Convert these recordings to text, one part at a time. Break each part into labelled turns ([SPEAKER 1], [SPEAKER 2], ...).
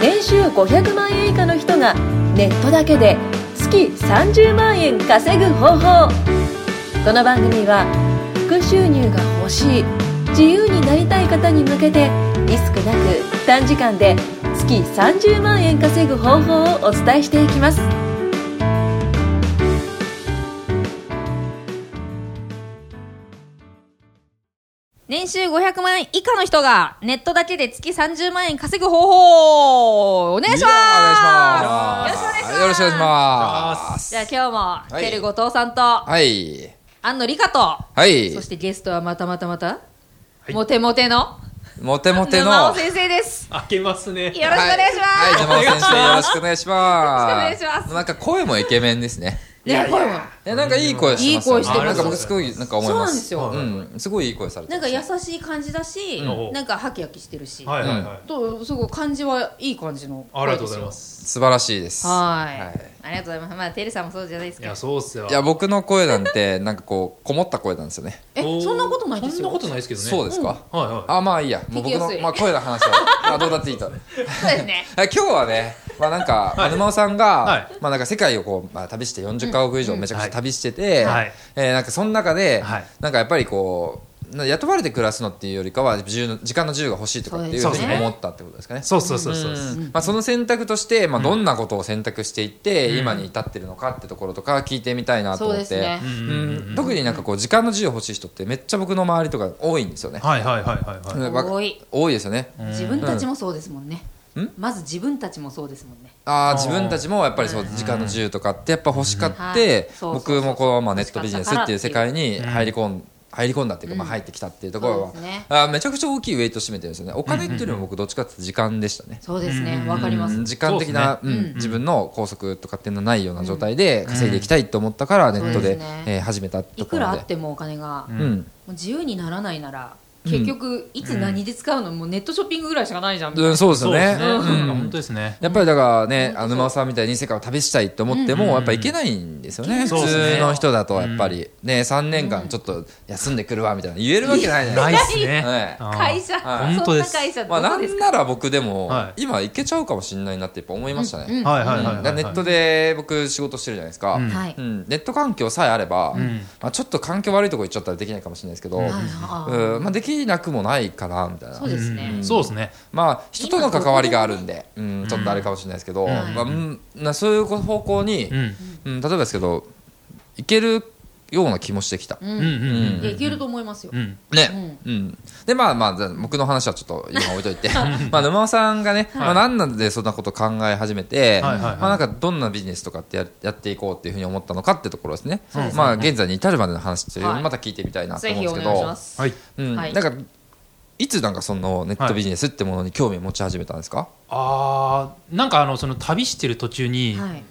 [SPEAKER 1] 年収500万円以下の人がネットだけで月30万円稼ぐ方法この番組は副収入が欲しい自由になりたい方に向けてリスクなく短時間で月30万円稼ぐ方法をお伝えしていきます
[SPEAKER 2] 年収500万円以下の人がネットだけで月30万円稼ぐ方法お願いします
[SPEAKER 3] よろしくお願いし
[SPEAKER 2] す
[SPEAKER 3] ます。
[SPEAKER 2] じゃあ今日も
[SPEAKER 3] はい
[SPEAKER 2] ケル後藤さんと、
[SPEAKER 3] はい。
[SPEAKER 2] 安野理香と、
[SPEAKER 3] はい
[SPEAKER 2] そ。してゲストはまたまたまた、モテモテの
[SPEAKER 3] モテモテの。
[SPEAKER 2] 沼尾
[SPEAKER 3] はい。
[SPEAKER 2] 先生です
[SPEAKER 4] 開けますね。
[SPEAKER 2] よろしくお願いしま
[SPEAKER 3] はい、
[SPEAKER 2] す、
[SPEAKER 3] 沼尾先生、よろしくお願いします。
[SPEAKER 2] よろしくお願いします
[SPEAKER 3] なんか声もイケメンですね。
[SPEAKER 2] ねこれも
[SPEAKER 3] え、なんかいい声してますよね。
[SPEAKER 2] いい声してます
[SPEAKER 3] なんか僕すごい、なんか思います。
[SPEAKER 2] そうなん
[SPEAKER 3] ですよ。うん、すごいいい声されて
[SPEAKER 2] なん
[SPEAKER 3] ま
[SPEAKER 2] か
[SPEAKER 3] す。
[SPEAKER 2] 優しい感じだし、
[SPEAKER 4] うん
[SPEAKER 2] なんかハキハキしてるし、
[SPEAKER 4] はいはいはい。
[SPEAKER 2] とすごい感じはいい感じの
[SPEAKER 4] ありがとうございますす。
[SPEAKER 3] 素晴らしいです。
[SPEAKER 2] はい
[SPEAKER 3] はい
[SPEAKER 2] ありがとうございますまあテレさんもそうじゃないです
[SPEAKER 4] い
[SPEAKER 2] か
[SPEAKER 4] や、そうっすよ。
[SPEAKER 3] いや、僕の声なんて、なんかこう、こもった声なんですよね。
[SPEAKER 2] え
[SPEAKER 4] おー
[SPEAKER 2] そんなことないですよ
[SPEAKER 4] そんなことないですけどね。
[SPEAKER 3] そうですか
[SPEAKER 4] はいは
[SPEAKER 3] あ、まあいいや。もう僕
[SPEAKER 2] 聞きやす
[SPEAKER 3] の、
[SPEAKER 2] い
[SPEAKER 3] まあ声の話は、あ、どうだっていいと。
[SPEAKER 2] そうですね
[SPEAKER 3] あ今日はね、まあなんか、
[SPEAKER 4] はい
[SPEAKER 3] 沼尾さんが、
[SPEAKER 4] はい
[SPEAKER 3] まあなんか世界をこう、まあ、旅して40カ国以上めちゃくちゃ旅してて、
[SPEAKER 4] はいはい
[SPEAKER 3] えーなんかその中で、
[SPEAKER 4] はい
[SPEAKER 3] なんかやっぱりこう、な雇われて暮らすのっていうよりかは自由の時間の自由が欲しいとかっていうふ
[SPEAKER 4] そう
[SPEAKER 3] う
[SPEAKER 4] で
[SPEAKER 3] に
[SPEAKER 4] すね
[SPEAKER 3] 思ったってことですかね
[SPEAKER 4] い。。そうそうそうそう。
[SPEAKER 3] うんまあ、その選択として、まあ、どんなことを選択していって、今に至ってるのかってところとか聞いてみたいなと思って
[SPEAKER 2] そうですね
[SPEAKER 3] う
[SPEAKER 2] うん
[SPEAKER 3] 特になんかこう時間の自由欲しい人ってめっちゃ僕の周りとか多いんですよね、
[SPEAKER 4] はいはいはいはいはい。
[SPEAKER 3] うんわ
[SPEAKER 2] 多い
[SPEAKER 3] 多いですよね
[SPEAKER 2] 自分たちもそうですもんね、まず自分たちもそうですもんね
[SPEAKER 3] あー
[SPEAKER 4] あー
[SPEAKER 3] 自分たちもやっぱりそう時間の自由とかってやっぱ欲しかっ
[SPEAKER 2] はい
[SPEAKER 3] て
[SPEAKER 2] そうそうそう
[SPEAKER 3] 僕もこのまあネットビジネスっていう世界に入り込ん入り込んだっていうかまあ入ってきたっていうところは
[SPEAKER 2] そうですね
[SPEAKER 3] あーめちゃくちゃ大きいウェイト占めてるんですよねお金っていうのも僕どっちかっていうと時間でしたね
[SPEAKER 2] そうですねわかります、
[SPEAKER 3] うん時間的な、うん、自分の拘束とかっていうのはないような状態で稼いでいきたいと思ったからネット
[SPEAKER 2] そうで
[SPEAKER 3] です
[SPEAKER 2] ね
[SPEAKER 3] えー始めたって
[SPEAKER 2] い
[SPEAKER 3] とこ
[SPEAKER 2] く
[SPEAKER 3] ろ
[SPEAKER 2] らあ
[SPEAKER 3] なんで
[SPEAKER 2] ってもお金が、も
[SPEAKER 3] うん
[SPEAKER 2] う自由にならないなら結局いつ何で使うの、もうネットショッピングぐらいしかないじゃんみたいな、
[SPEAKER 3] うんそうです
[SPEAKER 4] そう
[SPEAKER 3] よ
[SPEAKER 4] です
[SPEAKER 3] ね
[SPEAKER 4] ね。うん本当ですね。
[SPEAKER 3] やっぱりだからね、あの沼尾さんみたいに世界を旅したいと思っても、やっぱ行けないんですよね、
[SPEAKER 4] そう
[SPEAKER 3] 普
[SPEAKER 4] ですね
[SPEAKER 3] 通の人だと、やっぱり、ね、3年間ちょっと休んでくるわみたいな、言えるわけないじゃな
[SPEAKER 4] ないいっすね
[SPEAKER 3] はい。
[SPEAKER 4] あー
[SPEAKER 2] 会社、
[SPEAKER 3] はい
[SPEAKER 2] そんな会社ど
[SPEAKER 3] まあ、な
[SPEAKER 2] こです
[SPEAKER 3] ん
[SPEAKER 2] か、
[SPEAKER 3] なら僕でも、
[SPEAKER 4] は
[SPEAKER 3] 今行けちゃうかもしれないなってやっぱ思いましたね。
[SPEAKER 2] うん
[SPEAKER 4] はいはい
[SPEAKER 3] だ
[SPEAKER 4] はいはい
[SPEAKER 3] か
[SPEAKER 4] は
[SPEAKER 3] ら
[SPEAKER 4] い。
[SPEAKER 3] ネットで僕仕事してるじゃないですか、
[SPEAKER 4] うん
[SPEAKER 2] はい、
[SPEAKER 3] うんネット環境さえあれば、
[SPEAKER 4] ん
[SPEAKER 3] まあ、ちょっと環境悪いとこ行っちゃったらできないかもしれないですけど、
[SPEAKER 2] はいあー
[SPEAKER 3] うんまあ、できなくもないかなみたいな
[SPEAKER 2] そうですね、
[SPEAKER 4] そうですね。
[SPEAKER 3] まあ、人との関わりがあるんで、うん、ちょっとあれかもしれないですけど、まあうんなそういう方向に、
[SPEAKER 4] うん
[SPEAKER 3] うん例えばですけどいけるような気もしてきた、
[SPEAKER 4] うんうん
[SPEAKER 2] いやいけると思いますよ、
[SPEAKER 4] うん。
[SPEAKER 3] ね、うんでまあまあじゃあ僕の話はちょっと今置いといてまあ沼尾さんがね、まあ、何なんでそんなこと考え始めて、
[SPEAKER 4] はいはいはい
[SPEAKER 3] まあ、なんかどんなビジネスとかってややっていこうっていうふうに思ったのかってところですね、まあ、現在に至るまでの話っていうの
[SPEAKER 2] は
[SPEAKER 3] を
[SPEAKER 2] い
[SPEAKER 3] また聞いてみたいなと
[SPEAKER 2] ぜ
[SPEAKER 3] 思うん
[SPEAKER 2] ひお
[SPEAKER 3] ですけ
[SPEAKER 2] 願いし
[SPEAKER 3] ど、
[SPEAKER 2] ます、
[SPEAKER 4] はい。
[SPEAKER 3] うん
[SPEAKER 2] はい
[SPEAKER 3] なんかいつなんかそのネットビジネスってものに興味を持ち始めたんですか、
[SPEAKER 4] ああ、なんかあのその旅してる途中に、
[SPEAKER 2] はい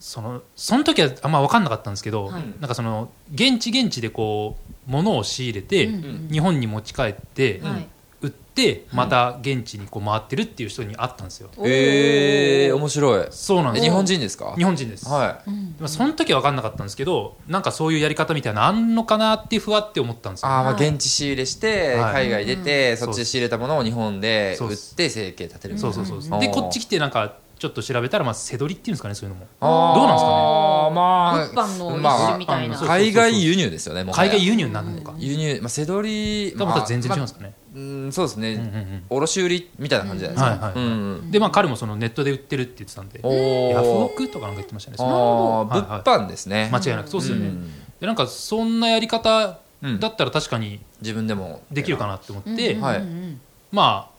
[SPEAKER 4] そのその時はあんま分かんなかったんですけど、
[SPEAKER 2] はい
[SPEAKER 4] なんかその現地現地でこう物を仕入れて、
[SPEAKER 2] うんうん
[SPEAKER 4] 日本に持ち帰って、
[SPEAKER 2] はい
[SPEAKER 4] 売ってまた現地にこう回ってるっていう人に会ったんですよ、
[SPEAKER 2] おー
[SPEAKER 3] ええ面白い
[SPEAKER 4] そう
[SPEAKER 3] え
[SPEAKER 4] なんです
[SPEAKER 3] 日
[SPEAKER 4] よ
[SPEAKER 3] 本人ですか
[SPEAKER 4] 日本人です、
[SPEAKER 3] は
[SPEAKER 2] う
[SPEAKER 3] い
[SPEAKER 2] ん
[SPEAKER 4] でもその時は分かんなかったんですけどなんかそういうやり方みたいなのあんのかなってふわって思ったんですよ
[SPEAKER 3] あーまあ
[SPEAKER 2] はい
[SPEAKER 3] 現地仕入れして
[SPEAKER 4] はい
[SPEAKER 3] 海外出てそっちで仕入れたものを日本で
[SPEAKER 4] そ
[SPEAKER 3] 売
[SPEAKER 4] うで
[SPEAKER 3] っ
[SPEAKER 4] す
[SPEAKER 3] て生計立てる
[SPEAKER 4] そうそうそう
[SPEAKER 3] うん
[SPEAKER 4] でこっち来てなんかちょっと調べたらまあせどりっていうんですかねそういうのも
[SPEAKER 3] あー
[SPEAKER 4] どうなんですか
[SPEAKER 3] ま
[SPEAKER 4] ね
[SPEAKER 2] 物販
[SPEAKER 3] あ
[SPEAKER 2] の
[SPEAKER 3] まあ
[SPEAKER 2] 一種みたいな
[SPEAKER 4] そうそうそう
[SPEAKER 3] 海外輸入ですよねもは
[SPEAKER 4] 海
[SPEAKER 3] や
[SPEAKER 4] 外輸入になるのか、
[SPEAKER 3] 輸入まあせどり
[SPEAKER 4] とまた全然違うんですかね、
[SPEAKER 3] まあうんそうです
[SPEAKER 4] うん
[SPEAKER 3] ね
[SPEAKER 4] うんうん
[SPEAKER 3] 卸売みたいな感じじゃないですか
[SPEAKER 4] はい
[SPEAKER 3] う
[SPEAKER 4] はい
[SPEAKER 3] んうん
[SPEAKER 4] でまあ彼もそのネットで売ってるって言ってたんで
[SPEAKER 3] お
[SPEAKER 4] ヤフオ
[SPEAKER 3] ー
[SPEAKER 4] クとかなんか言ってましたね
[SPEAKER 3] あ
[SPEAKER 4] その
[SPEAKER 3] ー
[SPEAKER 4] はい
[SPEAKER 3] 物
[SPEAKER 4] はい
[SPEAKER 3] 販ですね
[SPEAKER 4] 間違いなくそうですよね、
[SPEAKER 3] うん
[SPEAKER 4] でなんかそんなやり方
[SPEAKER 3] うん
[SPEAKER 4] だったら確かに
[SPEAKER 3] 自分でも
[SPEAKER 4] できるかなって思って、
[SPEAKER 2] うんうん
[SPEAKER 3] はい
[SPEAKER 2] うん
[SPEAKER 4] まあ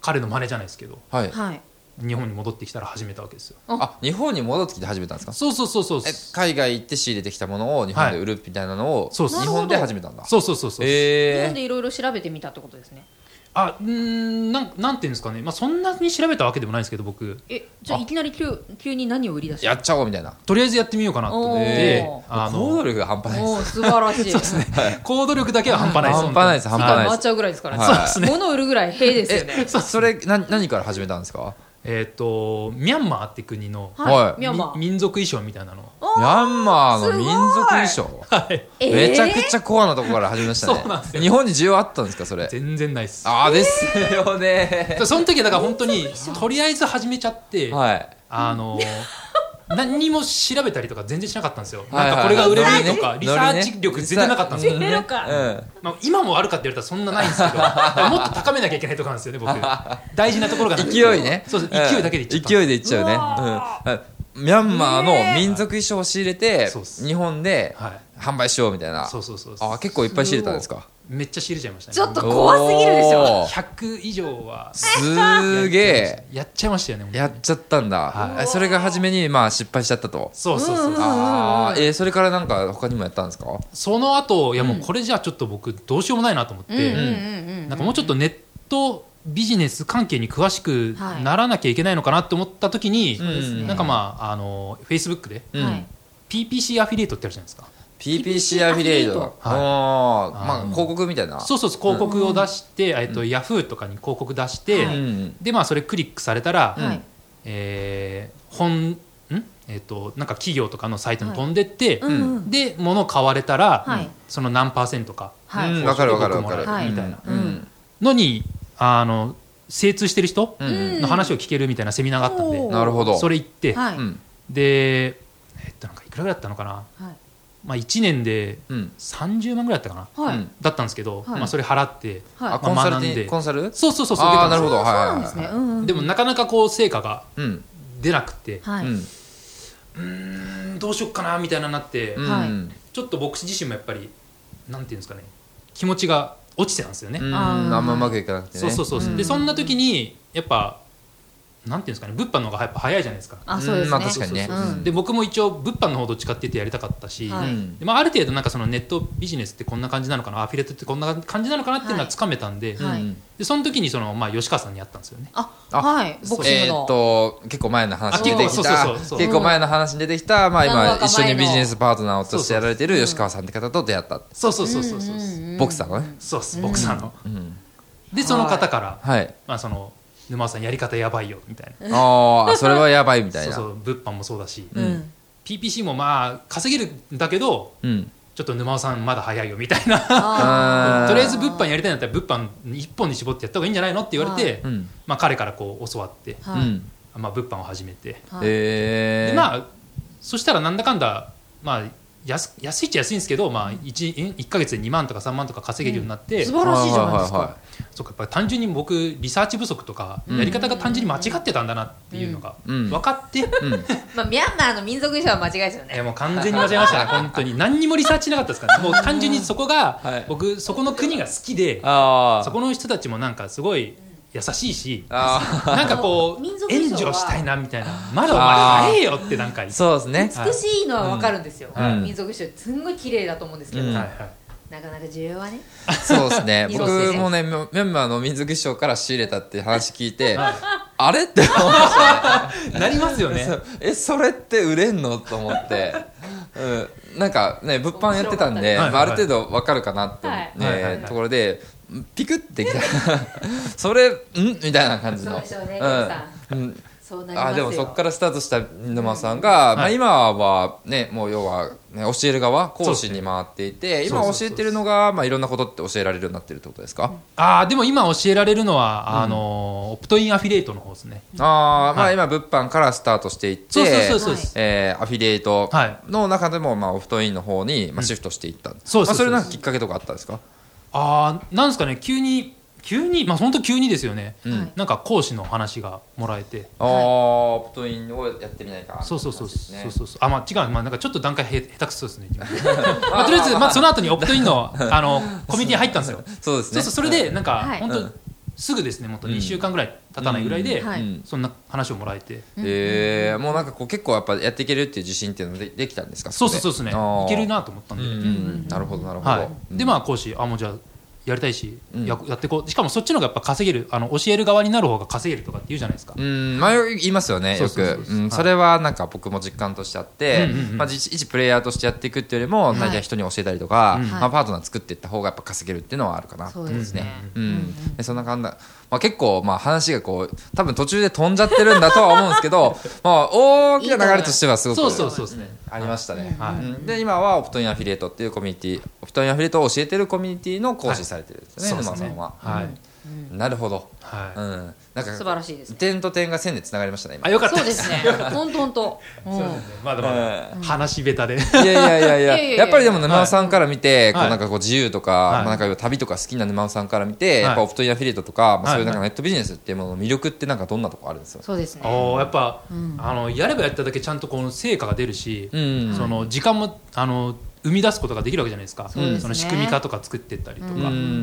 [SPEAKER 4] 彼の真似じゃないですけど
[SPEAKER 3] はい
[SPEAKER 2] うんはい
[SPEAKER 4] 日本に戻ってきたら始めたわけですよ
[SPEAKER 3] あ日本に戻ってきて始めたんですか
[SPEAKER 4] そうそうそうそう
[SPEAKER 3] え海外行って仕入れてきたものを日本で売るみたいなのを、
[SPEAKER 4] いそうっす
[SPEAKER 3] 日本で始めたんだ
[SPEAKER 4] そうそうそうそう、
[SPEAKER 2] 日
[SPEAKER 3] え
[SPEAKER 2] 本でいろいろ調べてみたってことですね
[SPEAKER 4] あうーんなんなんていうんですかね、まあ、そんなに調べたわけでもないんですけど僕
[SPEAKER 2] えじゃあいきなり急急に何を売り出し
[SPEAKER 3] ー、
[SPEAKER 2] た
[SPEAKER 3] やっちゃおうみたいな
[SPEAKER 4] とりあえずやってみようかなと思っ
[SPEAKER 2] え
[SPEAKER 4] て
[SPEAKER 2] おー
[SPEAKER 4] あ
[SPEAKER 3] 行動
[SPEAKER 4] の
[SPEAKER 3] 力が半端ないです
[SPEAKER 2] おー素晴らしいそうですね
[SPEAKER 4] 行動力だけは半端ないです
[SPEAKER 3] 半端ないです半
[SPEAKER 2] 回
[SPEAKER 3] 端な
[SPEAKER 2] 回
[SPEAKER 3] いで
[SPEAKER 2] っ
[SPEAKER 3] す
[SPEAKER 2] ちゃうぐらいですから
[SPEAKER 3] はい
[SPEAKER 2] ね物を売るぐらい平ですよね
[SPEAKER 3] えそれな何から始めたんですか
[SPEAKER 4] えっ、とミャンマーって国の、
[SPEAKER 3] はい
[SPEAKER 2] ミャンマー
[SPEAKER 4] み民族衣装みたいなの
[SPEAKER 3] ミャンマーの民族衣
[SPEAKER 2] す
[SPEAKER 3] 装
[SPEAKER 4] はい
[SPEAKER 2] えー
[SPEAKER 3] めちゃくちゃコアなとこから始めましたね
[SPEAKER 4] そうなんですよ
[SPEAKER 3] 日本に需要あったんですかそれ
[SPEAKER 4] 全然ないっす
[SPEAKER 3] ああですよね
[SPEAKER 4] その時はだから本当にとりあえず始めちゃって、
[SPEAKER 3] はい
[SPEAKER 4] あの何にも調べたりとか全然しなかったんですよ、
[SPEAKER 3] はいはい
[SPEAKER 4] なんかこれが売れるとか、リサーチ力全然なかったんですよ、
[SPEAKER 3] ノ
[SPEAKER 2] ベ
[SPEAKER 3] リね
[SPEAKER 2] ロか
[SPEAKER 3] うん
[SPEAKER 4] まあ、今もあるかって言われたらそんなないんですけどもっと高めなきゃいけないところなんですよね僕大事なところがなくて
[SPEAKER 3] 勢いね
[SPEAKER 4] そうそう勢いだけでいっちゃった、
[SPEAKER 3] 勢いでいっちゃうね
[SPEAKER 2] うわ
[SPEAKER 3] うんミャンマーの民族衣装を仕入れて
[SPEAKER 4] そうっす
[SPEAKER 3] 日本で
[SPEAKER 4] はい
[SPEAKER 3] 販売しようみたいな
[SPEAKER 4] そうそうそうそう
[SPEAKER 3] あ結構いっぱい仕入れたんですか
[SPEAKER 4] めっちゃ仕入れちゃいましたね
[SPEAKER 2] ちょっと怖すぎるでしょ
[SPEAKER 3] おー
[SPEAKER 4] 100以上は
[SPEAKER 3] すげえ
[SPEAKER 4] やっちゃいましたよね
[SPEAKER 3] やっちゃったんだ
[SPEAKER 4] は
[SPEAKER 3] えそれが初めにまあ失敗しちゃったと
[SPEAKER 4] そうそうそう、
[SPEAKER 3] ああえーそれからなんか他にもやったんですか
[SPEAKER 4] その後いやもうこれじゃちょっと僕どうしようもないなと思って、
[SPEAKER 2] うんうんうんうん
[SPEAKER 4] なんかもうちょっとネットビジネス関係に詳しくならなきゃいけないのかなと思った時に、
[SPEAKER 3] そうですね
[SPEAKER 4] なんかまああのフェイスブックで
[SPEAKER 3] う
[SPEAKER 2] は
[SPEAKER 3] ん
[SPEAKER 2] い
[SPEAKER 4] PPC アフィリエイトってあるじゃないですか
[SPEAKER 3] PPC アフィリエイト
[SPEAKER 4] はい
[SPEAKER 3] あー
[SPEAKER 4] あー
[SPEAKER 3] まあ広告みたいな
[SPEAKER 4] そうそうそう広告を出して、えっとヤフーとかに広告出して、
[SPEAKER 2] はい
[SPEAKER 3] ん
[SPEAKER 4] でまあそれクリックされたら、
[SPEAKER 2] はい
[SPEAKER 4] えー本んえっ、となんか企業とかのサイトに飛んでって、
[SPEAKER 2] うんうん
[SPEAKER 4] で物を買われたら、
[SPEAKER 2] はい
[SPEAKER 4] その何パーセントか
[SPEAKER 2] はい
[SPEAKER 3] うんわかるわかるわかる
[SPEAKER 2] はい
[SPEAKER 4] みたいな
[SPEAKER 3] うん
[SPEAKER 4] のにあの精通してる人
[SPEAKER 3] うんうん
[SPEAKER 4] の話を聞けるみたいなセミナーがあったんで、
[SPEAKER 2] おー
[SPEAKER 3] なるほど
[SPEAKER 4] それ行って、
[SPEAKER 2] は
[SPEAKER 3] う
[SPEAKER 2] い
[SPEAKER 3] ん
[SPEAKER 4] でえっ、となんかいくらぐらいだったのかな、
[SPEAKER 2] はい
[SPEAKER 4] まあ、1年で
[SPEAKER 3] うん
[SPEAKER 4] 30万ぐらいだったかな、
[SPEAKER 2] は
[SPEAKER 3] う
[SPEAKER 2] い
[SPEAKER 3] ん
[SPEAKER 4] だったんですけど、
[SPEAKER 2] はい
[SPEAKER 4] まあ、それ払って
[SPEAKER 3] あ
[SPEAKER 2] は
[SPEAKER 3] コンサル
[SPEAKER 4] 学ん
[SPEAKER 3] ティ
[SPEAKER 4] で
[SPEAKER 3] ンコンサル
[SPEAKER 4] そうそうそうそう
[SPEAKER 3] あ
[SPEAKER 4] 出た
[SPEAKER 3] あ
[SPEAKER 4] ん
[SPEAKER 3] な
[SPEAKER 4] です
[SPEAKER 3] るほど
[SPEAKER 4] よ
[SPEAKER 2] いそう
[SPEAKER 3] はい
[SPEAKER 2] な
[SPEAKER 3] は
[SPEAKER 2] ん
[SPEAKER 3] い
[SPEAKER 2] です
[SPEAKER 3] は
[SPEAKER 2] ね
[SPEAKER 3] い
[SPEAKER 2] うんうん
[SPEAKER 4] でもなかなかこう成果が
[SPEAKER 3] うん
[SPEAKER 4] 出なくて、
[SPEAKER 2] は
[SPEAKER 3] う
[SPEAKER 2] い
[SPEAKER 3] ん
[SPEAKER 4] うんどうしよっかなみたいななって、
[SPEAKER 3] うん
[SPEAKER 2] はい
[SPEAKER 4] ちょっと僕自身もやっぱりなんていうんですかね気持ちが落ちてたんですよね、
[SPEAKER 3] うん
[SPEAKER 2] あー
[SPEAKER 3] あんまうまくいかなくてね
[SPEAKER 4] そうそうそう、
[SPEAKER 2] うん
[SPEAKER 4] でそんな時にやっぱなんていうんですかね物販の方がやっぱ早いじゃないですか
[SPEAKER 2] あそうです
[SPEAKER 3] ん
[SPEAKER 2] ね
[SPEAKER 3] まあ確かにね
[SPEAKER 2] そうそうそう
[SPEAKER 4] で僕も一応物販の方どっちかって言ってやりたかったし、
[SPEAKER 2] はい
[SPEAKER 3] うん
[SPEAKER 4] でまあ、ある程度なんかそのネットビジネスってこんな感じなのかなアフィリエイトってこんな感じなのかなっていうのはつかめたんで,、
[SPEAKER 2] はいはい
[SPEAKER 4] でその時にその、まあ、吉川さんにやったんですよね
[SPEAKER 2] あ
[SPEAKER 3] あ
[SPEAKER 2] はいボクシング
[SPEAKER 3] えーっ
[SPEAKER 2] の
[SPEAKER 3] と結構前の話に出てきた
[SPEAKER 4] あ結構そうそうそうそう
[SPEAKER 3] 結構前の話に出てきた、まあ、
[SPEAKER 2] 何話
[SPEAKER 3] 今
[SPEAKER 2] か
[SPEAKER 3] 一緒
[SPEAKER 2] 前
[SPEAKER 3] に
[SPEAKER 2] の
[SPEAKER 3] ビジネスパートナーとしてやられてる吉川さんって方と出会った
[SPEAKER 4] そうそうそうそうそう、
[SPEAKER 3] ボクサーのね、
[SPEAKER 4] そうっすボクサーの、
[SPEAKER 3] うん、
[SPEAKER 4] でその方から、
[SPEAKER 3] はい
[SPEAKER 4] まあ、その沼尾さんやり方やばいよみたいな
[SPEAKER 3] あーあそれはやばいみたい
[SPEAKER 4] そう
[SPEAKER 3] な
[SPEAKER 4] そうう物販もそうだし、
[SPEAKER 2] うん
[SPEAKER 4] PPC もまあ稼げるんだけど
[SPEAKER 3] ん
[SPEAKER 4] ちょっと沼尾さんまだ早いよみたいな
[SPEAKER 3] あー
[SPEAKER 4] とりあえず物販やりたいんだったら物販一本に絞ってやった方がいいんじゃないのって言われて、
[SPEAKER 3] うん
[SPEAKER 4] まあ、彼からこう教わって、
[SPEAKER 3] う
[SPEAKER 2] はい
[SPEAKER 3] ん
[SPEAKER 4] まあ、物販を始めて、
[SPEAKER 2] はい
[SPEAKER 3] えー、
[SPEAKER 4] でまあそしたらなんだかんだまあ安安いっちゃ安いんですけど、まあ、1, 一ヶ月で2万とか3万とか稼げるようになって、
[SPEAKER 2] 素晴らしいじゃないです
[SPEAKER 3] はいはいは
[SPEAKER 2] か
[SPEAKER 4] そうかやっぱり単純に僕リサーチ不足とか、やり方が単純に間違ってたんだなっていうのが
[SPEAKER 3] うん
[SPEAKER 4] 分かって、
[SPEAKER 3] いはいうん
[SPEAKER 2] まあミャンマーの民族衣装は間違いですよ
[SPEAKER 4] え
[SPEAKER 2] ね
[SPEAKER 4] もう完全に間違えま したね本当に何にもリサーチしなかったですから、ね、もう単純にそこが、
[SPEAKER 3] はい
[SPEAKER 4] 僕そこの国が好きで
[SPEAKER 3] あー
[SPEAKER 4] そこの人たちもなんかすごい優しいし
[SPEAKER 3] あ
[SPEAKER 4] なんかこ
[SPEAKER 2] 民族
[SPEAKER 4] う
[SPEAKER 2] 衣
[SPEAKER 4] 援
[SPEAKER 2] 装は
[SPEAKER 4] 助したいなみたいなまだお前早えよってなんか
[SPEAKER 3] ーそうですね
[SPEAKER 4] はい
[SPEAKER 2] 美しいのはわかるんですよ
[SPEAKER 3] うん
[SPEAKER 2] 民族衣装すんごい綺麗だと思うんですけど
[SPEAKER 3] うん
[SPEAKER 4] はいは
[SPEAKER 2] ないかなか需要はね
[SPEAKER 3] そうですね
[SPEAKER 2] いい
[SPEAKER 3] 僕
[SPEAKER 2] ですね
[SPEAKER 3] もねミャミャンマーの民族衣装から仕入れたって話聞いて、
[SPEAKER 4] はい
[SPEAKER 3] あれ って思いました
[SPEAKER 4] なりますよ ね
[SPEAKER 3] そうえそれって売れんのと思って、うん、なんかね物販やってたんで
[SPEAKER 4] 面白かった
[SPEAKER 3] まあ、ある程度わかるかなって、
[SPEAKER 2] はい
[SPEAKER 3] ね
[SPEAKER 4] はいはいはい
[SPEAKER 3] ところでピクってきた それんみたいな感じの
[SPEAKER 2] そうでしょうね
[SPEAKER 3] うんうん
[SPEAKER 2] そうなりますよ
[SPEAKER 3] あでもそこからスタートした沼さんが、まあ、
[SPEAKER 4] はい
[SPEAKER 3] 今はねもう要は、ね、教える側講師に回っていて、
[SPEAKER 4] そう
[SPEAKER 3] 今
[SPEAKER 4] そうそう
[SPEAKER 3] 教えてるのが、まあ、いろんなことって教えられるようになってるってことですか、
[SPEAKER 4] ああでも今教えられるのは、あのオプトインアフィリエイトの方ですね
[SPEAKER 3] あーま
[SPEAKER 4] は
[SPEAKER 3] あ、
[SPEAKER 4] い
[SPEAKER 3] 今物販からスタートしていって
[SPEAKER 4] そうそうそうそうです、
[SPEAKER 3] えーアフィリエイト
[SPEAKER 4] はい
[SPEAKER 3] の中でも、まあ、オフトインの方に、まあ、シフトしていった、まあ
[SPEAKER 4] そうそうそう
[SPEAKER 3] れなんかきっかけとかあったんですか
[SPEAKER 4] ああなんですかね急に急にまあ本当急にですよね、
[SPEAKER 2] ん
[SPEAKER 4] なんか講師の話がもらえて
[SPEAKER 3] ああオフトインをやってみないか
[SPEAKER 4] そうそうそう
[SPEAKER 3] って話です
[SPEAKER 4] そ
[SPEAKER 3] ね
[SPEAKER 4] うそうそうあまあ違うまあなんかちょっと段階へ下手くそですね、まあ、とりあえずまあその後にオプトインのあのコミュニティに入ったんですよ
[SPEAKER 3] そうです
[SPEAKER 4] そう
[SPEAKER 3] ね
[SPEAKER 4] そうそれでなんか、
[SPEAKER 2] はい
[SPEAKER 4] 本当、
[SPEAKER 3] うん
[SPEAKER 4] すぐですねもっと2週間ぐらい経たないぐらいで、
[SPEAKER 2] うんはい
[SPEAKER 3] うん
[SPEAKER 4] そんな話をもらえて、
[SPEAKER 3] えーもうなんかこう結構やっぱやっていけるっていう自信っていうのもでできたんですか
[SPEAKER 4] そうそうそうですねいける
[SPEAKER 3] な、
[SPEAKER 4] なと思ったん
[SPEAKER 3] う
[SPEAKER 4] で、
[SPEAKER 3] んうん、なるほどなるほど、
[SPEAKER 4] はい、でまあ講師あもうじゃあやりたいし、
[SPEAKER 3] うん
[SPEAKER 4] ややってこうしかもそっちの方がやっぱ稼げるあの教える側になる方が稼げるとかって言うじゃないですか、
[SPEAKER 3] うん、まあ、よく言いますよね、
[SPEAKER 4] そ
[SPEAKER 3] よ
[SPEAKER 4] う
[SPEAKER 3] く。
[SPEAKER 4] そうそうそう
[SPEAKER 3] う
[SPEAKER 4] は
[SPEAKER 3] ん
[SPEAKER 4] い
[SPEAKER 3] それはなんか僕も実感としてあって
[SPEAKER 4] うんうんう、ん
[SPEAKER 3] まあ、じ一プレイヤーとしてやっていくっていうよりも、
[SPEAKER 2] い
[SPEAKER 3] 何か人に教えたりとか、
[SPEAKER 4] うん
[SPEAKER 3] まあ、パートナー作っていった方がやっぱ稼げるっていうのはあるかな。
[SPEAKER 2] そうですね
[SPEAKER 3] うん。でそんな感じだままあ、結構まあ話がこう多分途中で飛んじゃってるんだとは思うんですけ どまあ大きな流れとしてはすごく
[SPEAKER 4] そうそうそうですね。
[SPEAKER 3] ありましたね、
[SPEAKER 4] はい
[SPEAKER 3] うんで今はオプトインアフィリエイトっていうコミュニティオプトインアフィリエイトを教えてるコミュニティの講師されてるんですよね、
[SPEAKER 4] そうです
[SPEAKER 3] 沼
[SPEAKER 4] ね
[SPEAKER 3] さんは、
[SPEAKER 4] はい
[SPEAKER 3] なるほど、う
[SPEAKER 4] は
[SPEAKER 3] ん、なんか
[SPEAKER 2] 素晴らしいですね
[SPEAKER 3] 点と点が線でつながりましたね
[SPEAKER 4] い。あ
[SPEAKER 3] 今
[SPEAKER 4] よかった
[SPEAKER 2] そう
[SPEAKER 4] で。
[SPEAKER 2] ですすね。ほんとほんと。うん
[SPEAKER 4] まだまだ話下手で。
[SPEAKER 3] いやいやいや
[SPEAKER 2] い
[SPEAKER 3] いや
[SPEAKER 2] やいやいや
[SPEAKER 3] やっぱりでも沼尾さんから見て、
[SPEAKER 4] はい
[SPEAKER 3] こうなんかこう自由とか、
[SPEAKER 4] はい
[SPEAKER 3] まあ、なんか旅とか好きな沼尾さんから見て、
[SPEAKER 4] い
[SPEAKER 3] やっぱオプトインアフィリエイトとか、まあ、
[SPEAKER 4] はい
[SPEAKER 3] そういうなんかネットビジネスっていうものの魅力ってなんかどんなとこあるんですよ、
[SPEAKER 2] そうですね。
[SPEAKER 4] おーやっぱ、あのやればやっただけちゃんとこの成果が出るし、
[SPEAKER 3] うん
[SPEAKER 4] その時間もあの生み出すことができるわけじゃないですか
[SPEAKER 2] そうですね
[SPEAKER 4] の仕組み化とか作ってったりとか、
[SPEAKER 3] うん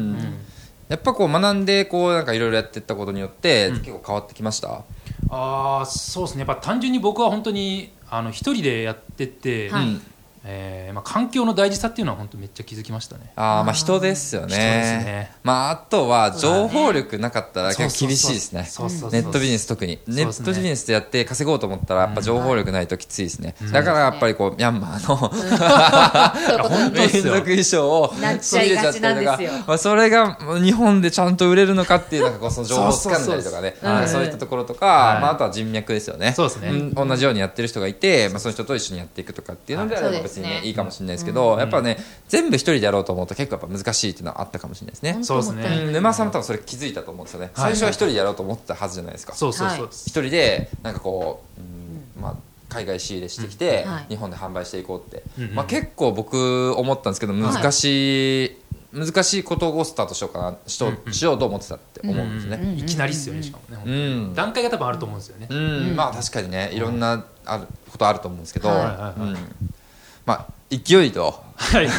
[SPEAKER 3] やっぱこう学んでこうなんかいろいろやってったことによって、結構変わってきました
[SPEAKER 4] あーそうですねやっぱ単純に僕は本当にあの一人でやってて、
[SPEAKER 2] はい
[SPEAKER 3] うん
[SPEAKER 4] えーまあ、環境の大事さっていうのは本当めっちゃ気づきましたね
[SPEAKER 3] あーまあ人ですよね
[SPEAKER 4] 人ですね
[SPEAKER 3] まああとは情報力なかったら結構厳しいですね
[SPEAKER 4] そうそうそう
[SPEAKER 3] ネットビジネス特にネ
[SPEAKER 4] です
[SPEAKER 3] ッ
[SPEAKER 4] ね
[SPEAKER 3] トビジネスでやって稼ごうと思ったらやっぱ情報力ないときついですねだからやっぱりこうミャンマーの
[SPEAKER 2] そういうこと
[SPEAKER 4] ほん
[SPEAKER 3] 民族衣装 を
[SPEAKER 2] なっ
[SPEAKER 3] 仕
[SPEAKER 2] ちゃ
[SPEAKER 3] 入
[SPEAKER 2] い
[SPEAKER 3] れちゃ
[SPEAKER 2] が
[SPEAKER 3] っ
[SPEAKER 2] ち
[SPEAKER 3] た
[SPEAKER 2] な
[SPEAKER 3] り
[SPEAKER 2] んで
[SPEAKER 3] とか
[SPEAKER 2] すよ
[SPEAKER 3] まあそれが日本でちゃんと売れるのかっていうなんかこうその情報をつ
[SPEAKER 4] そう
[SPEAKER 3] か
[SPEAKER 4] そ
[SPEAKER 3] んだり
[SPEAKER 4] うそう
[SPEAKER 3] とかね
[SPEAKER 4] うん
[SPEAKER 3] はいそういったところとか
[SPEAKER 4] はい
[SPEAKER 3] まああとは人脈ですよね
[SPEAKER 4] そうですね
[SPEAKER 3] ん同じようにやってる人がいてまあその人と一緒にやっていくとかっていうのであ
[SPEAKER 2] そ
[SPEAKER 3] れば
[SPEAKER 2] うで
[SPEAKER 3] 別
[SPEAKER 2] す
[SPEAKER 3] に
[SPEAKER 2] ね
[SPEAKER 3] ねいいかもしれないですけどやっぱね全部一人でやろうと思うと結構やっぱ難しいっていうのはあったかもしれないですね
[SPEAKER 4] そうですね
[SPEAKER 3] うん沼さんも多分それ気づいたと思うんですよね
[SPEAKER 4] は
[SPEAKER 3] 最
[SPEAKER 4] い
[SPEAKER 3] 初は一人でやろうと思ってたはずじゃないですか
[SPEAKER 4] そうそうそう
[SPEAKER 2] はい
[SPEAKER 3] 一人でなんかこう、うんまあ海外仕入れしてきて、
[SPEAKER 2] うんはい
[SPEAKER 3] 日本で販売していこうって、
[SPEAKER 4] うんうん
[SPEAKER 3] まあ、結構僕思ったんですけど難しい、難しいことをスタートしようかなしと、しようと思ってたって思うんです
[SPEAKER 4] う
[SPEAKER 3] ね。
[SPEAKER 4] んいきなりっすよねしかもね、
[SPEAKER 3] うん、うん
[SPEAKER 4] 段階が多分あると思うんですよね、
[SPEAKER 3] まあ確かにねいろんなあることあると思うんですけど、
[SPEAKER 2] はい
[SPEAKER 4] はいはい
[SPEAKER 3] うんまあ勢いと、
[SPEAKER 4] はい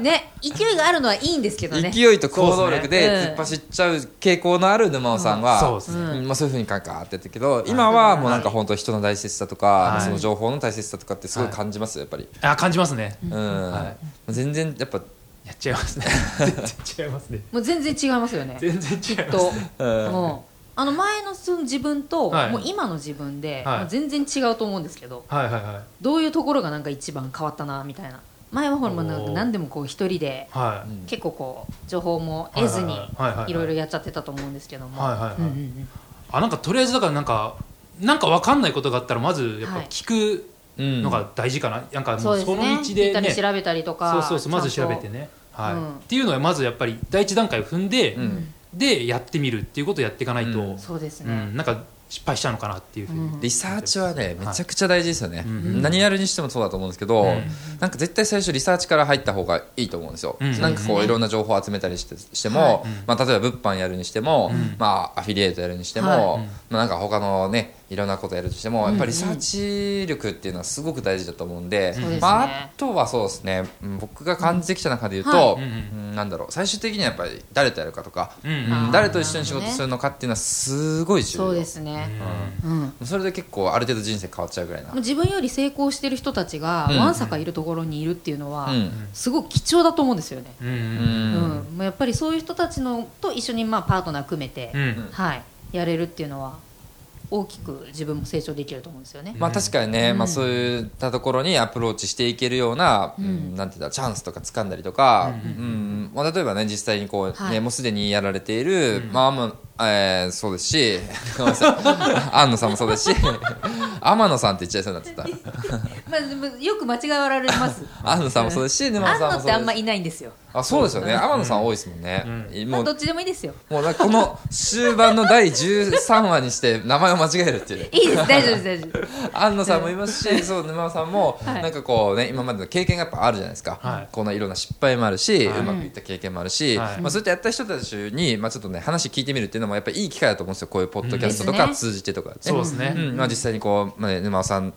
[SPEAKER 2] ね、勢いがあるのはいいんですけどね。
[SPEAKER 3] 勢いと行動力
[SPEAKER 2] そうで
[SPEAKER 3] です
[SPEAKER 2] ね
[SPEAKER 3] 突っ走っちゃう傾向のある沼尾さんは、
[SPEAKER 4] そうですね
[SPEAKER 3] うんまあ、そういうふうにカンカンってやってるけど今はもうなんか本当人の大切さとか、
[SPEAKER 4] い
[SPEAKER 3] その情報の大切さとかってすごい感じますよやっぱり、
[SPEAKER 4] あ感じますね、
[SPEAKER 3] うん
[SPEAKER 4] は
[SPEAKER 3] 全然やっぱ
[SPEAKER 4] やっちゃいますね 全然違いますね
[SPEAKER 2] もう全然違いますよね。
[SPEAKER 4] 全然違います
[SPEAKER 2] と、
[SPEAKER 3] うん
[SPEAKER 2] もうあの前のその自分と、
[SPEAKER 4] はい
[SPEAKER 2] もう今の自分で、
[SPEAKER 4] はい
[SPEAKER 2] もう全然違うと思うんですけど、
[SPEAKER 4] はいはいはい
[SPEAKER 2] どういうところがなんか一番変わったなみたいな。前はほらもうなん
[SPEAKER 4] お
[SPEAKER 2] か
[SPEAKER 4] ー
[SPEAKER 2] 何でもこう一人で
[SPEAKER 4] はい、
[SPEAKER 2] 結構こう情報も得ずに
[SPEAKER 4] はいはいはいはい
[SPEAKER 2] いろいろやっちゃってたと思うんですけども、
[SPEAKER 4] はいはいはい
[SPEAKER 2] うんうんうん
[SPEAKER 4] あなんかとりあえずだからなんかなんかわかんないことがあったらまずやっぱ
[SPEAKER 2] はい
[SPEAKER 4] 聞くのが大事かな、なんかも
[SPEAKER 2] そう
[SPEAKER 4] う
[SPEAKER 2] で
[SPEAKER 4] そ
[SPEAKER 2] す
[SPEAKER 4] の
[SPEAKER 2] ね。
[SPEAKER 4] 道
[SPEAKER 2] 行
[SPEAKER 4] で
[SPEAKER 2] った
[SPEAKER 4] ね
[SPEAKER 2] り調べたりとか、
[SPEAKER 4] そうそうそうまず
[SPEAKER 2] ちゃ
[SPEAKER 4] 調
[SPEAKER 2] んと
[SPEAKER 4] べてね、はい
[SPEAKER 2] うん
[SPEAKER 4] っていうのはまずやっぱり第一段階を踏んで、
[SPEAKER 3] うん
[SPEAKER 4] でやってみるっていうことをやっていかないと、
[SPEAKER 3] う
[SPEAKER 4] うんん
[SPEAKER 2] そうですね。
[SPEAKER 4] なんか失敗しちゃうのかなっていうふうに、
[SPEAKER 2] うん
[SPEAKER 3] リサーチはね
[SPEAKER 4] はい
[SPEAKER 3] めちゃくちゃ大事ですよね、
[SPEAKER 4] うん
[SPEAKER 3] 何やるにしてもそうだと思うんですけど、
[SPEAKER 4] うん
[SPEAKER 3] なんか絶対最初リサーチから入った方がいいと思うんですよ、
[SPEAKER 4] うん
[SPEAKER 3] なんかこういろんな情報を集めたりしてしても、
[SPEAKER 4] はいうん
[SPEAKER 3] まあ、例えば物販やるにしても、まあ、アフィリエイトやるにしても、
[SPEAKER 2] はい
[SPEAKER 3] まあ、なんか他のねいろんなことやるとしてもやっぱりリサーチ力っていうのはすごく大事だと思うんで,、
[SPEAKER 2] そうですね
[SPEAKER 3] まあ、あとはそうですねうん僕が感じてきた中で言うと、
[SPEAKER 2] うんはい
[SPEAKER 4] うんうん
[SPEAKER 3] うんなんだろう最終的にはやっぱり誰とやるかとか、
[SPEAKER 4] うんうん
[SPEAKER 2] あー
[SPEAKER 3] 誰と一緒に仕事するのかっていうのはすごい重要
[SPEAKER 2] そうですね。うん
[SPEAKER 3] それで結構ある程度人生変わっちゃうぐらいな
[SPEAKER 2] もう自分より成功してる人たちが
[SPEAKER 3] うん
[SPEAKER 2] わんさかいるところにいるっていうのは、
[SPEAKER 3] うん
[SPEAKER 2] すごく貴重だと思うんですよね、
[SPEAKER 4] うんうん
[SPEAKER 2] う
[SPEAKER 3] う
[SPEAKER 2] ん
[SPEAKER 3] ん
[SPEAKER 2] もうやっぱりそういう人たちのと一緒にまあパートナー組めて、
[SPEAKER 4] うん
[SPEAKER 2] はい、やれるっていうのは大きく自分も成長できると思うんですよね、
[SPEAKER 3] まあ確かにね、まあそういったところにアプローチしていけるような、うんなんていうんだチャンスとか掴んだりとか、うんまあ例えばね実際にこうね、
[SPEAKER 2] はい
[SPEAKER 3] もうすでにやられている、まあまあえーそうですし、ごめんなさ い安野さんもそうですし、天野さんって言っちゃいそうになってた。
[SPEAKER 2] まあでもよく間違われ ます
[SPEAKER 3] 安野さんもそうですし、沼
[SPEAKER 2] あ
[SPEAKER 3] 野
[SPEAKER 2] ん
[SPEAKER 3] さ
[SPEAKER 2] の
[SPEAKER 3] んも
[SPEAKER 2] っ
[SPEAKER 3] そ
[SPEAKER 2] て
[SPEAKER 3] うです
[SPEAKER 2] あんまいないんですよ、
[SPEAKER 3] あそうですよね。天野さん多いですもんね。
[SPEAKER 2] ま
[SPEAKER 3] も
[SPEAKER 2] あ、
[SPEAKER 3] う
[SPEAKER 2] どっちでもいいですよ
[SPEAKER 3] もうなんかこの終盤の第13話にして名前を間違えるっていう。
[SPEAKER 2] いい です大丈夫です大丈夫です
[SPEAKER 3] 安野さんもいます し、そう沼尾さんも、
[SPEAKER 2] はい
[SPEAKER 3] なんかこうね今までの経験がやっぱあるじゃないですか、
[SPEAKER 4] はい
[SPEAKER 3] こんないろんな失敗もあるし、
[SPEAKER 4] はいう
[SPEAKER 3] まくいった経験もあるし、
[SPEAKER 4] はい
[SPEAKER 3] まあ、そういったやった人たちに、まあ、ちょっとね話聞いてみるっていうのもやっぱりいい機会だと思うんですよこういうポッドキャストと
[SPEAKER 2] うん
[SPEAKER 3] か
[SPEAKER 2] です
[SPEAKER 3] 通じてとか、ね
[SPEAKER 4] そうですね、
[SPEAKER 3] うんまあ、実際にこう、まあね、沼尾さん、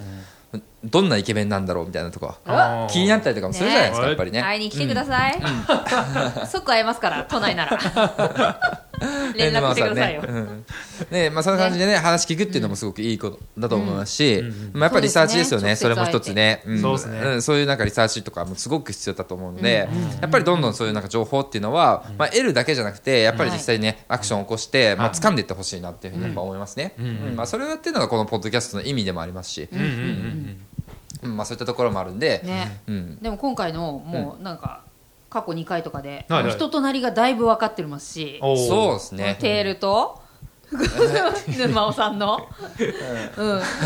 [SPEAKER 3] どんなイケメンなんだろうみたいなとか
[SPEAKER 4] あー
[SPEAKER 3] 気になったりとかもするじゃないですか、
[SPEAKER 4] ね
[SPEAKER 3] やっぱりね。
[SPEAKER 2] 会いに来てください、 即会えますから都内なら 連絡してくださいよ、
[SPEAKER 3] ね沼さんねうんねまあ、そんな感じでね話聞くっていうのもすごくいいことだと思いますし、まあ、やっぱりリサーチですよねそ
[SPEAKER 2] そう
[SPEAKER 3] れ
[SPEAKER 2] ですね
[SPEAKER 3] も一つね,、うん
[SPEAKER 4] そうですね
[SPEAKER 3] んそういうなんかリサーチとかもすごく必要だと思うので、やっぱりどんどんそういうなんか情報っていうのは、まあ、得るだけじゃなくてやっぱり実際にね、アクションを起こして、まあ掴んでいってほしいなっていうふうにやっぱ思いますね、うんまあ、それをやってるのがこのポッドキャストの意味でもありますし、
[SPEAKER 4] うんうんうんうん
[SPEAKER 3] うんまあ、そういったところもあるんで、
[SPEAKER 2] ね
[SPEAKER 3] うん
[SPEAKER 2] でも今回のもうなんか、過去2回とかで、
[SPEAKER 4] はいはい
[SPEAKER 2] 人となりがだいぶ分かってますし、
[SPEAKER 4] おー
[SPEAKER 3] そうですね
[SPEAKER 2] テールと 沼尾さんの、うん、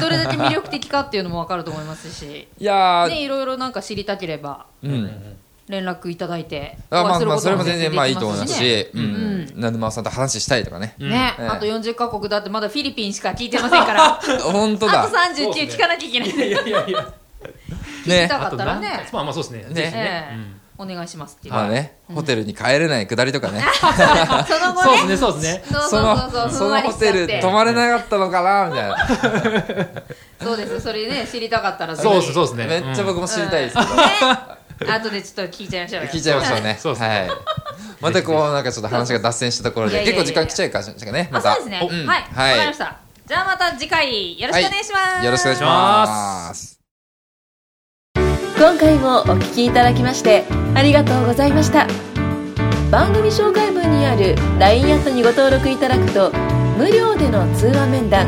[SPEAKER 2] どれだけ魅力的かっていうのも分かると思いますし、
[SPEAKER 3] いやー、
[SPEAKER 2] ね、いろいろなんか知りたければ
[SPEAKER 3] うん
[SPEAKER 2] 連絡いただいてお
[SPEAKER 3] あ
[SPEAKER 2] 会い
[SPEAKER 3] まあ
[SPEAKER 2] する
[SPEAKER 3] ま
[SPEAKER 2] こ
[SPEAKER 3] あそ
[SPEAKER 2] と
[SPEAKER 3] れも
[SPEAKER 2] も
[SPEAKER 3] 全
[SPEAKER 2] で
[SPEAKER 3] 然まあいいと思いますす
[SPEAKER 2] しね
[SPEAKER 3] し、うん、な沼さんと話したいとかね。
[SPEAKER 2] ね
[SPEAKER 3] うん
[SPEAKER 2] あと40カ国だってまだフィリピンしか聞いてませんからあと
[SPEAKER 3] 本当だ。
[SPEAKER 2] 39聞かなきゃいけない
[SPEAKER 4] いやいやいや
[SPEAKER 3] ね
[SPEAKER 2] た。
[SPEAKER 4] あとなん
[SPEAKER 2] だったらね
[SPEAKER 4] まあまあそうですね
[SPEAKER 3] ね
[SPEAKER 4] ぜひね
[SPEAKER 2] ええお願いしますっていう、
[SPEAKER 3] まあね、ホテルに帰れないくだりとかね。
[SPEAKER 2] その
[SPEAKER 4] そ
[SPEAKER 2] 後
[SPEAKER 4] う
[SPEAKER 2] ね
[SPEAKER 4] ですねそうですね
[SPEAKER 2] そう
[SPEAKER 3] そ
[SPEAKER 2] そう
[SPEAKER 3] の
[SPEAKER 2] そうそうふ
[SPEAKER 3] そ
[SPEAKER 2] んわ
[SPEAKER 3] の
[SPEAKER 2] り
[SPEAKER 3] ホ
[SPEAKER 2] しちゃ
[SPEAKER 3] テ
[SPEAKER 2] っ
[SPEAKER 3] ル
[SPEAKER 2] て
[SPEAKER 3] 泊まれなかったのかなみたいな。
[SPEAKER 2] そうですそれね知りたかったら
[SPEAKER 4] そうですそう
[SPEAKER 2] う
[SPEAKER 4] ですね
[SPEAKER 3] めっちゃ僕も知りたいですけど。
[SPEAKER 2] あとでちょっと聞いちゃいましょうよ
[SPEAKER 3] 聞いちゃいましたね。
[SPEAKER 4] そうですね
[SPEAKER 3] はい。またこうなんかちょっと話が脱線したところ
[SPEAKER 2] いや
[SPEAKER 3] で
[SPEAKER 2] いやい
[SPEAKER 3] 結
[SPEAKER 2] や
[SPEAKER 3] 構時間来ちゃいましたかね。ま
[SPEAKER 2] あ
[SPEAKER 3] た。
[SPEAKER 2] そうですね
[SPEAKER 3] お
[SPEAKER 2] は
[SPEAKER 3] う
[SPEAKER 2] い
[SPEAKER 3] ん
[SPEAKER 2] わ
[SPEAKER 3] はい。
[SPEAKER 2] かりましたじゃあまた次回よろしくお願いします、
[SPEAKER 3] よろしくお願いします。
[SPEAKER 1] 今回もお聞きいただきましてありがとうございました番組紹介文にある LINE アットにご登録いただくと無料での通話面談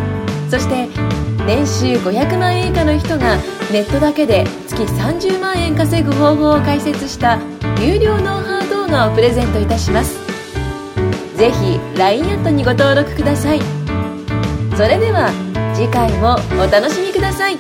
[SPEAKER 1] そして年収500万円以下の人がネットだけで月30万円稼ぐ方法を解説した有料ノウハウ動画をプレゼントいたしますぜひ LINE アットにご登録くださいそれでは次回もお楽しみください